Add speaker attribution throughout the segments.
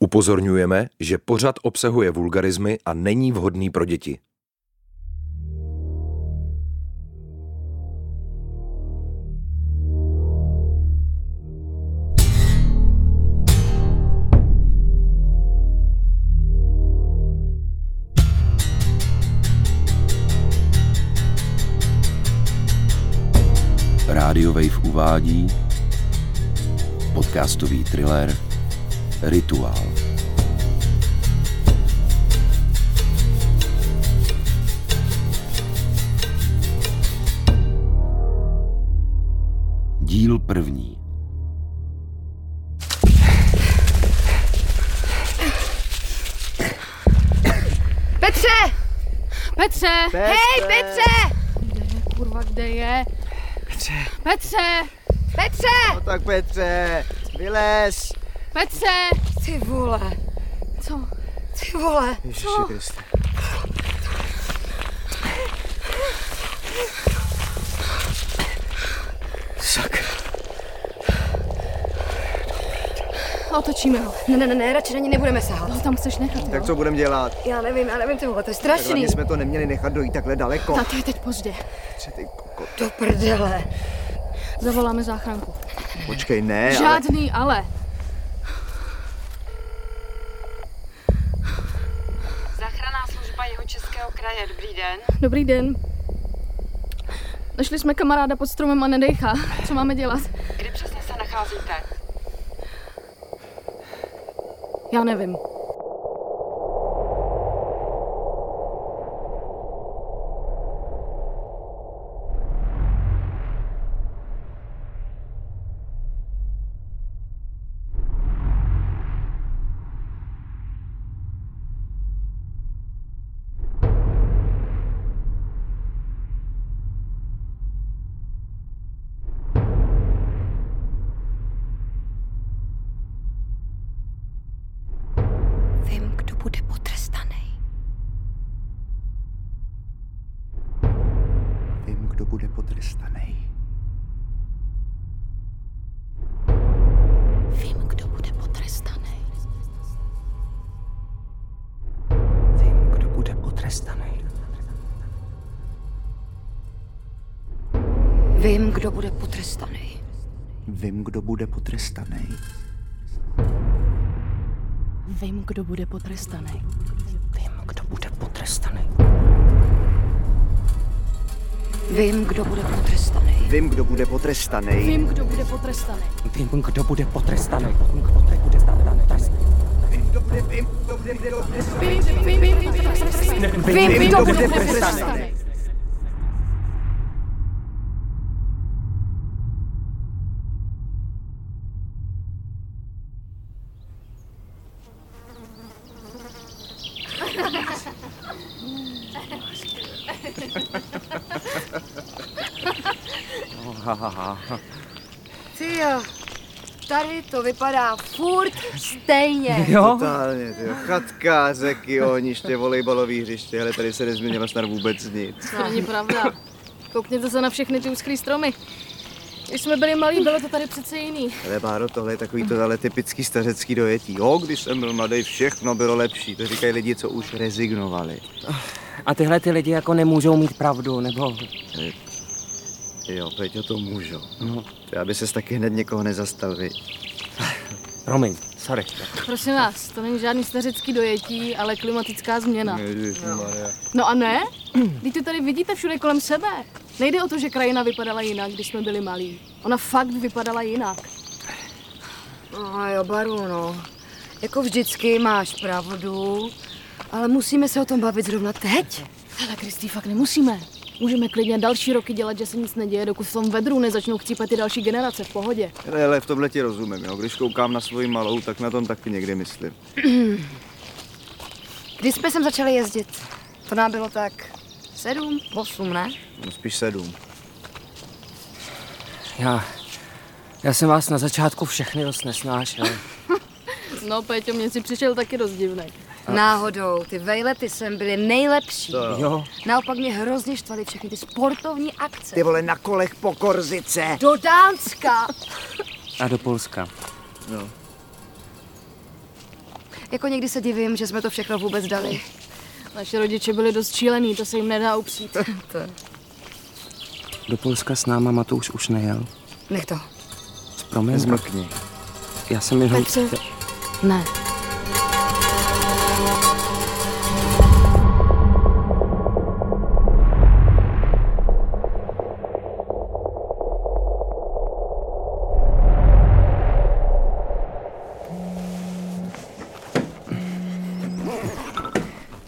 Speaker 1: Upozorňujeme, že pořad obsahuje vulgarizmy a není vhodný pro děti.
Speaker 2: Radio Wave uvádí podcastový thriller Rituál. Díl první.
Speaker 3: Petře! Petře!
Speaker 4: Petře!
Speaker 3: Hej, Petře! Kde je, kurva, kde je?
Speaker 4: Petře.
Speaker 3: Petře! Petře!
Speaker 4: No tak Petře, vylez.
Speaker 3: Petře!
Speaker 5: Ty vole,
Speaker 3: Co?
Speaker 5: ty vole.
Speaker 4: Ježiši Kriste. Sakra.
Speaker 3: Otočíme ho.
Speaker 5: Ne, ne, ne, ne, radši na ní nebudeme sahat.
Speaker 3: No, tam chceš nechat,
Speaker 4: Tak
Speaker 3: jo?
Speaker 4: co budeme dělat?
Speaker 5: Já nevím, já nevím, ty vole, to je
Speaker 4: Tak
Speaker 5: strašný.
Speaker 4: hlavně jsme to neměli nechat dojít takhle daleko.
Speaker 3: Tak to je teď pozdě.
Speaker 4: Petře, ty koko.
Speaker 5: Do prdele.
Speaker 3: Zavoláme záchranku.
Speaker 4: Počkej, ne, ale...
Speaker 3: Žádný ale.
Speaker 6: Záchranná služba jeho českého kraje, dobrý den.
Speaker 3: Dobrý den. Našli jsme kamaráda pod stromem a nedejchá. Co máme dělat?
Speaker 6: Kde přesně se nacházíte?
Speaker 3: Já nevím.
Speaker 5: Vím, kdo bude potrestaný.
Speaker 4: Vím, kdo bude potrestaný.
Speaker 5: Vím, kdo bude potrestaný.
Speaker 4: Vím, kdo bude potrestaný.
Speaker 5: Vím, kdo bude potrestaný.
Speaker 4: Vím, kdo bude potrestaný.
Speaker 3: Vím, kdo bude potrestaný.
Speaker 5: Vím, kdo bude potrestaný.
Speaker 4: Vím, kdo bude potrestaný.
Speaker 3: Vím, kdo bude potrestaný.
Speaker 7: Vím, kdo bude potrestaný. Vím, kdo bude potrestaný.
Speaker 4: Vím, kdo bude, vím, kdo bude, kdo bude
Speaker 3: Vím, vím, vím, vím, potrestaný.
Speaker 5: Vím, kdo
Speaker 4: kdo
Speaker 5: bude
Speaker 4: bude
Speaker 5: potrestaný.
Speaker 4: potrestaný.
Speaker 5: Ty jo, tady to vypadá furt stejně.
Speaker 7: Jo?
Speaker 4: Totálně, ty chatka, řeky, ohniště, volejbalový hřiště, hele, tady se nezměnilo snad vůbec nic.
Speaker 3: To není pravda. Koukněte se na všechny ty úzký stromy. Když jsme byli malí, bylo to tady přece jiný.
Speaker 4: Ale Báro, tohle je takový to ale typický stařecký dojetí. Jo, když jsem byl mladý, všechno bylo lepší. To říkají lidi, co už rezignovali.
Speaker 7: A tyhle ty lidi jako nemůžou mít pravdu, nebo...
Speaker 4: Jo, Peťo, to můžu.
Speaker 7: No,
Speaker 4: To aby ses taky hned někoho nezastal, viď?
Speaker 7: promiň, sorry.
Speaker 3: Prosím vás, to není žádný stařecký dojetí, ale klimatická změna.
Speaker 4: Ježišmarja.
Speaker 3: No a ne? Teď to tady vidíte všude kolem sebe. Nejde o to, že krajina vypadala jinak, když jsme byli malí. Ona fakt vypadala jinak.
Speaker 5: No jo, Baru, no. Jako vždycky máš pravdu, ale musíme se o tom bavit zrovna teď.
Speaker 3: Ale Kristý, fakt nemusíme. Můžeme klidně další roky dělat, že se nic neděje, dokud v tom vedru nezačnou chcípat ty další generace v pohodě.
Speaker 4: Hele, hele, v tomhle ti rozumím, jo. Když koukám na svoji malou, tak na tom taky někdy myslím.
Speaker 5: Když jsme sem začali jezdit, to nám bylo tak sedm, osm, ne?
Speaker 4: No, spíš sedm.
Speaker 7: Já... Já jsem vás na začátku všechny dost nesnášel.
Speaker 3: No, Péťo, mě si přišel taky dost divný.
Speaker 5: Náhodou, ty vejlety jsem byly nejlepší.
Speaker 7: Jo?
Speaker 5: Naopak mě hrozně štvaly všechny ty sportovní akce.
Speaker 4: Ty vole, na kolech po korzice.
Speaker 5: Do Dánska!
Speaker 7: A do Polska.
Speaker 4: No.
Speaker 5: Jako někdy se divím, že jsme to všechno vůbec dali.
Speaker 3: Naše rodiče byli dost šílený, to se jim nedá upřít.
Speaker 5: To,
Speaker 7: Do Polska s náma Matouš už nejel.
Speaker 5: nech to.
Speaker 7: S promiň,
Speaker 4: Zmlkni.
Speaker 7: já jsem jenom...
Speaker 3: Petře.
Speaker 5: Ne.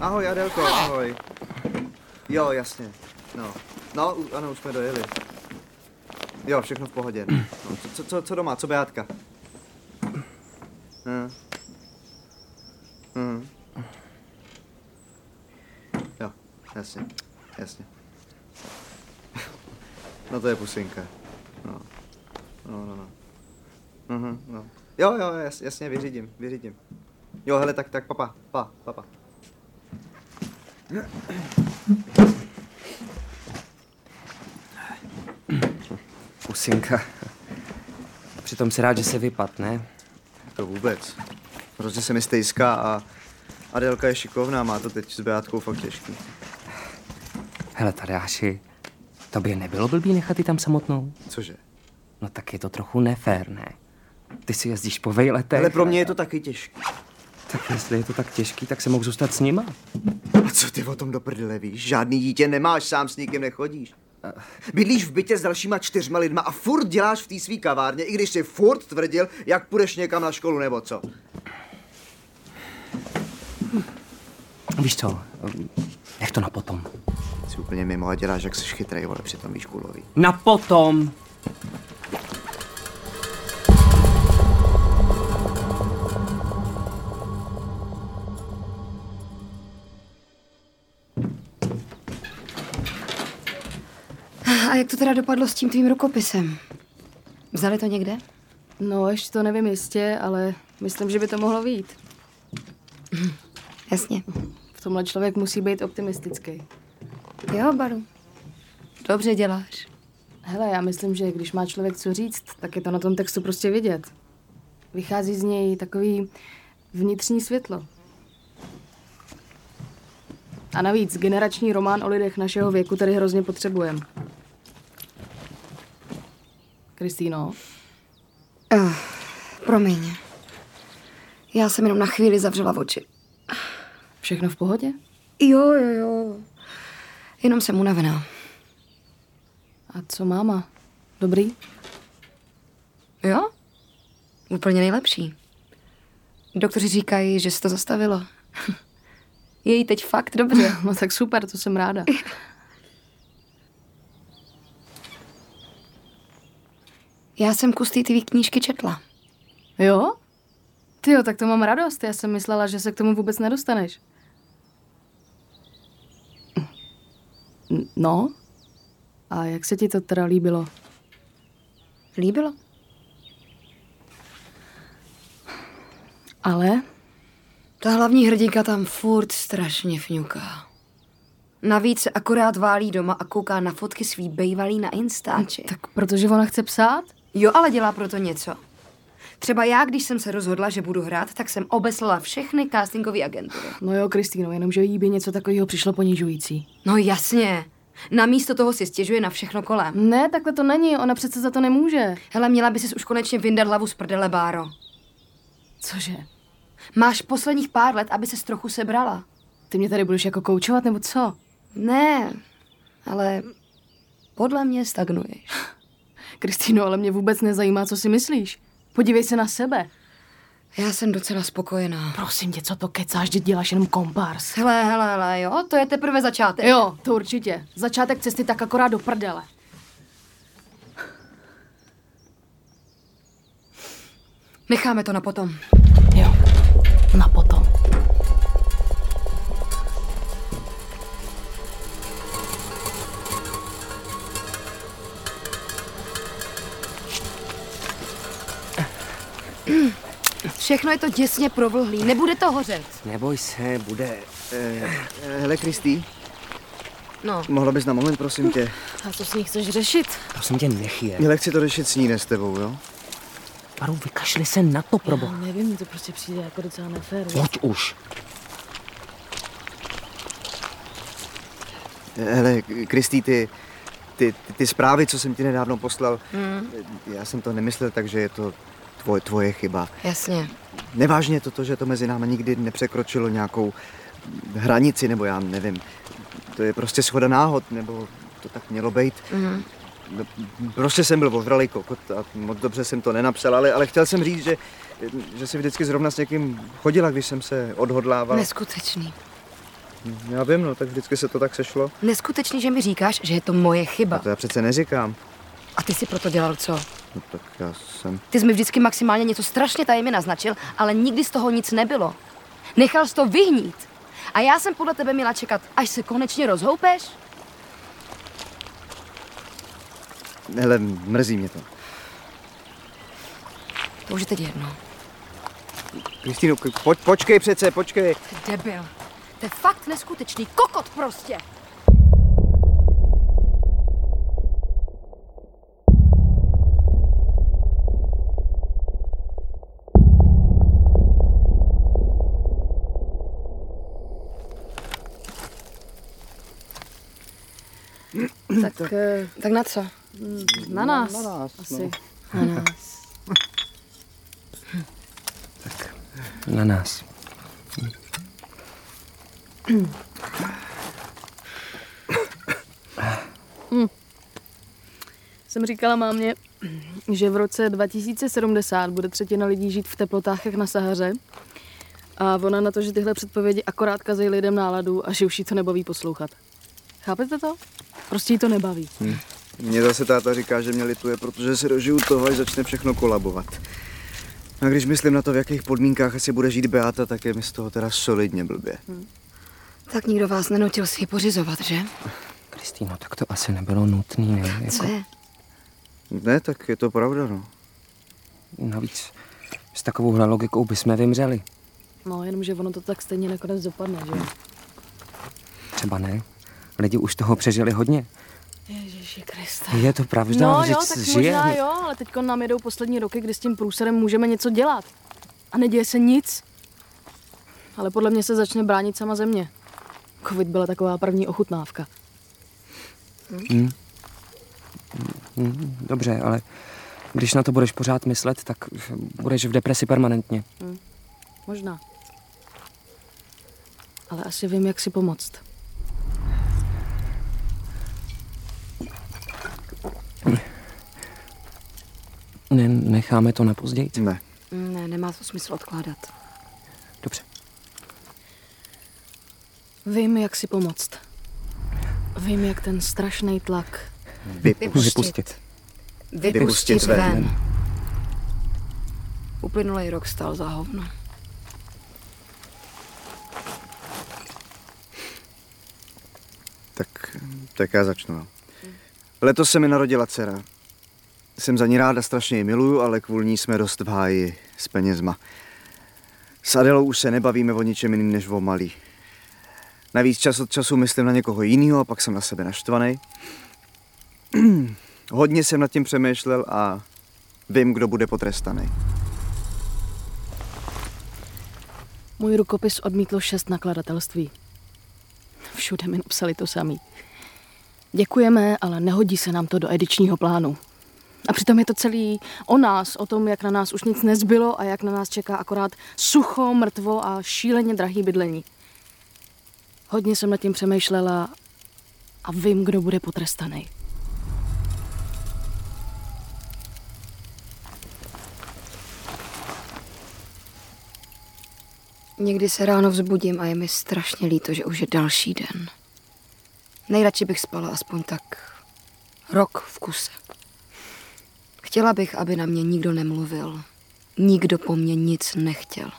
Speaker 4: Ahoj, Adelko, ahoj. Jo, jasně. No, no, u- ano, už jsme dojeli. Jo, všechno v pohodě. no. No, co- co, co, co doma, co Beátka? Hm. Hm. Jo, jasně, jasně. No to je pusinka. No, no, no, no. Mhm, no. Jo, jo, jas, jasně, vyřídím, vyřídím. Jo, hele, tak, tak, papa, pa, papa.
Speaker 7: Pusinka. Přitom si rád, že se vypad, ne?
Speaker 4: To vůbec. Hrozně se mi stejská a Adelka je šikovná, má to teď s Beátkou fakt těžký.
Speaker 7: Hele, Tadeáši, tobě nebylo blbý nechat ji tam samotnou?
Speaker 4: Cože?
Speaker 7: No tak je to trochu nefér, ne? Ty si jezdíš po vejletech.
Speaker 4: Ale pro mě je to taky těžký.
Speaker 7: Tak jestli je to tak těžký, tak se mohu zůstat s nima.
Speaker 4: A co ty o tom do prdele víš? Žádný dítě nemáš, sám s nikým nechodíš. Bydlíš v bytě s dalšíma čtyřma lidma a furt děláš v té svý kavárně, i když jsi furt tvrdil, jak půjdeš někam na školu nebo co.
Speaker 7: Víš co, nech to na potom.
Speaker 4: Jsi úplně mimo a děláš, jak jsi chytrej, vole, přitom víš kulový.
Speaker 7: Na potom!
Speaker 5: A jak to teda dopadlo s tím tvým rukopisem? Vzali to někde?
Speaker 3: No, ještě to nevím jistě, ale myslím, že by to mohlo výjít.
Speaker 5: Jasně.
Speaker 3: V tomhle člověk musí být optimistický.
Speaker 5: Jo, Baru. Dobře děláš.
Speaker 3: Hele, já myslím, že když má člověk co říct, tak je to na tom textu prostě vidět. Vychází z něj takový vnitřní světlo. A navíc generační román o lidech našeho věku tady hrozně potřebujeme. Kristýno,
Speaker 5: Uh, promiň. Já jsem jenom na chvíli zavřela oči.
Speaker 3: všechno v pohodě?
Speaker 5: Jo, jo, jo. Jenom jsem unavená.
Speaker 3: A co máma? Dobrý?
Speaker 5: Jo? Úplně nejlepší. Doktoři říkají, že se to zastavilo. Je jí teď fakt dobře.
Speaker 3: No tak super, to jsem ráda.
Speaker 5: Já jsem kus té tvý knížky četla.
Speaker 3: Jo? Ty jo, tak to mám radost. Já jsem myslela, že se k tomu vůbec nedostaneš. N- No? A jak se ti to teda líbilo?
Speaker 5: Líbilo?
Speaker 3: Ale?
Speaker 5: Ta hlavní hrdinka tam furt strašně fňuká. Navíc se akorát válí doma a kouká na fotky svý bejvalý na Instači.
Speaker 3: Tak protože ona chce psát?
Speaker 5: Jo, ale dělá proto něco. Třeba já, když jsem se rozhodla, že budu hrát, tak jsem obeslala všechny castingové agentury.
Speaker 3: No jo, Kristýno, jenomže jí by něco takového přišlo ponižující.
Speaker 5: No jasně. Namísto toho si stěžuje na všechno kolem.
Speaker 3: Ne, takhle to není, ona přece za to nemůže.
Speaker 5: Hele, měla by si už konečně vyndat hlavu z prdele, Báro.
Speaker 3: Cože?
Speaker 5: Máš posledních pár let, aby se trochu sebrala.
Speaker 3: Ty mě tady budeš jako koučovat, nebo co?
Speaker 5: Ne, ale podle mě stagnuješ.
Speaker 3: Kristýno, ale mě vůbec nezajímá, co si myslíš. Podívej se na sebe.
Speaker 5: Já jsem docela spokojená.
Speaker 3: Prosím tě, co to kecáš, že děláš jenom kompárs.
Speaker 5: Hele, hele, hele, jo, to je teprve začátek.
Speaker 3: Jo, to určitě. Začátek cesty tak akorát do prdele.
Speaker 5: Necháme to na potom.
Speaker 3: Jo, na potom.
Speaker 5: Všechno je to děsně provlhlý, nebude to hořet.
Speaker 7: Neboj se, bude.
Speaker 4: Eh, eh, hele, Kristý,
Speaker 5: No,
Speaker 4: mohla bys na moment, prosím tě.
Speaker 3: A co s ní chceš řešit?
Speaker 7: Prosím tě, nech je.
Speaker 4: Nechci to řešit s ní, ne s tebou, jo?
Speaker 7: Maru, vykašli se na to, proboha.
Speaker 8: Já nevím, mi to prostě přijde jako docela nefér.
Speaker 7: Pojď už.
Speaker 4: Hele, Kristý, ty, ty, ty zprávy, co jsem ti nedávno poslal, mm. já jsem to nemyslel, takže je to tvoje, tvoje chyba.
Speaker 5: Jasně.
Speaker 4: Nevážně je to to, že to mezi námi nikdy nepřekročilo nějakou hranici, nebo já nevím. To je prostě schoda náhod, nebo to tak mělo být.
Speaker 5: Mhm.
Speaker 4: No, prostě jsem byl ovralý kokot a moc dobře jsem to nenapsal, ale, ale chtěl jsem říct, že, že si vždycky zrovna s někým chodila, když jsem se odhodlával.
Speaker 5: Neskutečný.
Speaker 4: Já vím, no, tak vždycky se to tak sešlo.
Speaker 5: Neskutečný, že mi říkáš, že je to moje
Speaker 4: A
Speaker 5: chyba.
Speaker 4: to já přece neříkám.
Speaker 5: A ty si proto dělal co?
Speaker 4: No tak já jsem...
Speaker 5: Ty jsi mi vždycky maximálně něco strašně tajemně naznačil, ale nikdy z toho nic nebylo. Nechal jsi to vyhnít. A já jsem podle tebe měla čekat, až se konečně rozhoupeš?
Speaker 4: Hele, mrzí mě to.
Speaker 5: To už je teď jedno.
Speaker 4: Kristýno, k- poč- počkej přece, počkej.
Speaker 5: Ty debil. To je fakt neskutečný. Kokot prostě.
Speaker 3: Tak eh,
Speaker 5: Tak na co?
Speaker 3: Hmm, na nás. Na nás asi. No. Na nás.
Speaker 7: Na nás.
Speaker 3: Jsem říkala mámě, že v roce 2070 bude třetina lidí žít v teplotách jak na Sahaře. A ona na to, že tyhle předpovědi akorát kazejí lidem náladu a že už jí to nebaví poslouchat. Chápete to? Prostě jí to nebaví.
Speaker 4: Hm. Mně zase táta říká, že mě lituje, protože se dožiju toho, až začne všechno kolabovat. A když myslím na to, v jakých podmínkách asi bude žít Beata, tak je mi z toho teda solidně blbě.
Speaker 5: Tak nikdo vás nenutil si ji pořizovat, že?
Speaker 7: Kristýno, tak to asi nebylo nutné, ne?
Speaker 5: Co
Speaker 7: Jako,
Speaker 5: je?
Speaker 4: Ne, tak je to pravda, no.
Speaker 7: navíc s takovouhle logikou bychom vymřeli.
Speaker 3: No, jenomže ono to tak stejně nakonec dopadne, že? jo?
Speaker 7: Třeba ne. Lidi už toho přežili hodně.
Speaker 3: Ježíši Krista.
Speaker 7: Je to pravda,
Speaker 3: No
Speaker 7: že
Speaker 3: jo, tak
Speaker 7: žije.
Speaker 3: možná jo, ale teď nám jedou poslední roky, kdy s tím průserem můžeme něco dělat. A neděje se nic. Ale podle mě se začne bránit sama země. Covid byla taková první ochutnávka.
Speaker 7: Hm, Dobře, ale když na to budeš pořád myslet, tak budeš v depresi permanentně.
Speaker 3: Možná. Ale asi vím, jak si pomoct.
Speaker 7: Ne, necháme to na později.
Speaker 4: Ne.
Speaker 5: Ne, nemá to smysl odkládat.
Speaker 7: Dobře.
Speaker 3: Vím, jak si pomoct. Vím, jak ten strašný tlak.
Speaker 4: Vypust.
Speaker 7: Vypustit.
Speaker 5: Vypustit,
Speaker 4: Vypustit ven.
Speaker 5: ven. Uplynulý rok stál za hovno.
Speaker 4: Tak, tak já začnu. no. Letos se mi narodila dcera. Jsem za ní ráda, strašně ji miluju, ale kvůli ní jsme dost v háji s penězma. S Adelou už se nebavíme o ničem jiným než o malý. Navíc čas od času myslím na někoho jiného a pak jsem na sebe naštvaný. Hodně jsem nad tím přemýšlel a vím, kdo bude potrestaný.
Speaker 3: Můj rukopis odmítlo šest nakladatelství. Všude mi napsali to samý. Děkujeme, ale nehodí se nám to do edičního plánu. A přitom je to celý o nás, o tom, jak na nás už nic nezbylo a jak na nás čeká akorát sucho, mrtvo a šíleně drahý bydlení. Hodně jsem nad tím přemýšlela a vím, kdo bude potrestaný.
Speaker 5: Někdy se ráno vzbudím a je mi strašně líto, že už je další den. Nejradši bych spala aspoň tak rok v kuse. Chtěla bych, aby na mě nikdo nemluvil. Nikdo po mně nic nechtěl.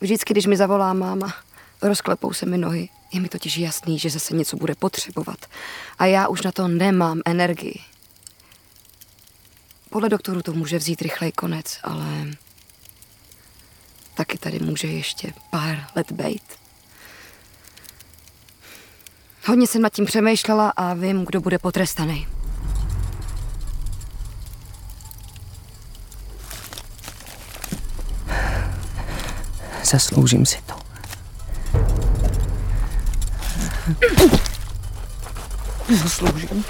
Speaker 5: Vždycky, když mi zavolá máma, rozklepou se mi nohy. Je mi totiž jasný, že zase něco bude potřebovat. A já už na to nemám energii. Podle doktoru to může vzít rychlej konec, ale taky tady může ještě pár let bejt. Hodně jsem nad tím přemýšlela a vím, kdo bude potrestaný.
Speaker 7: Zasloužím si to. Zasloužím.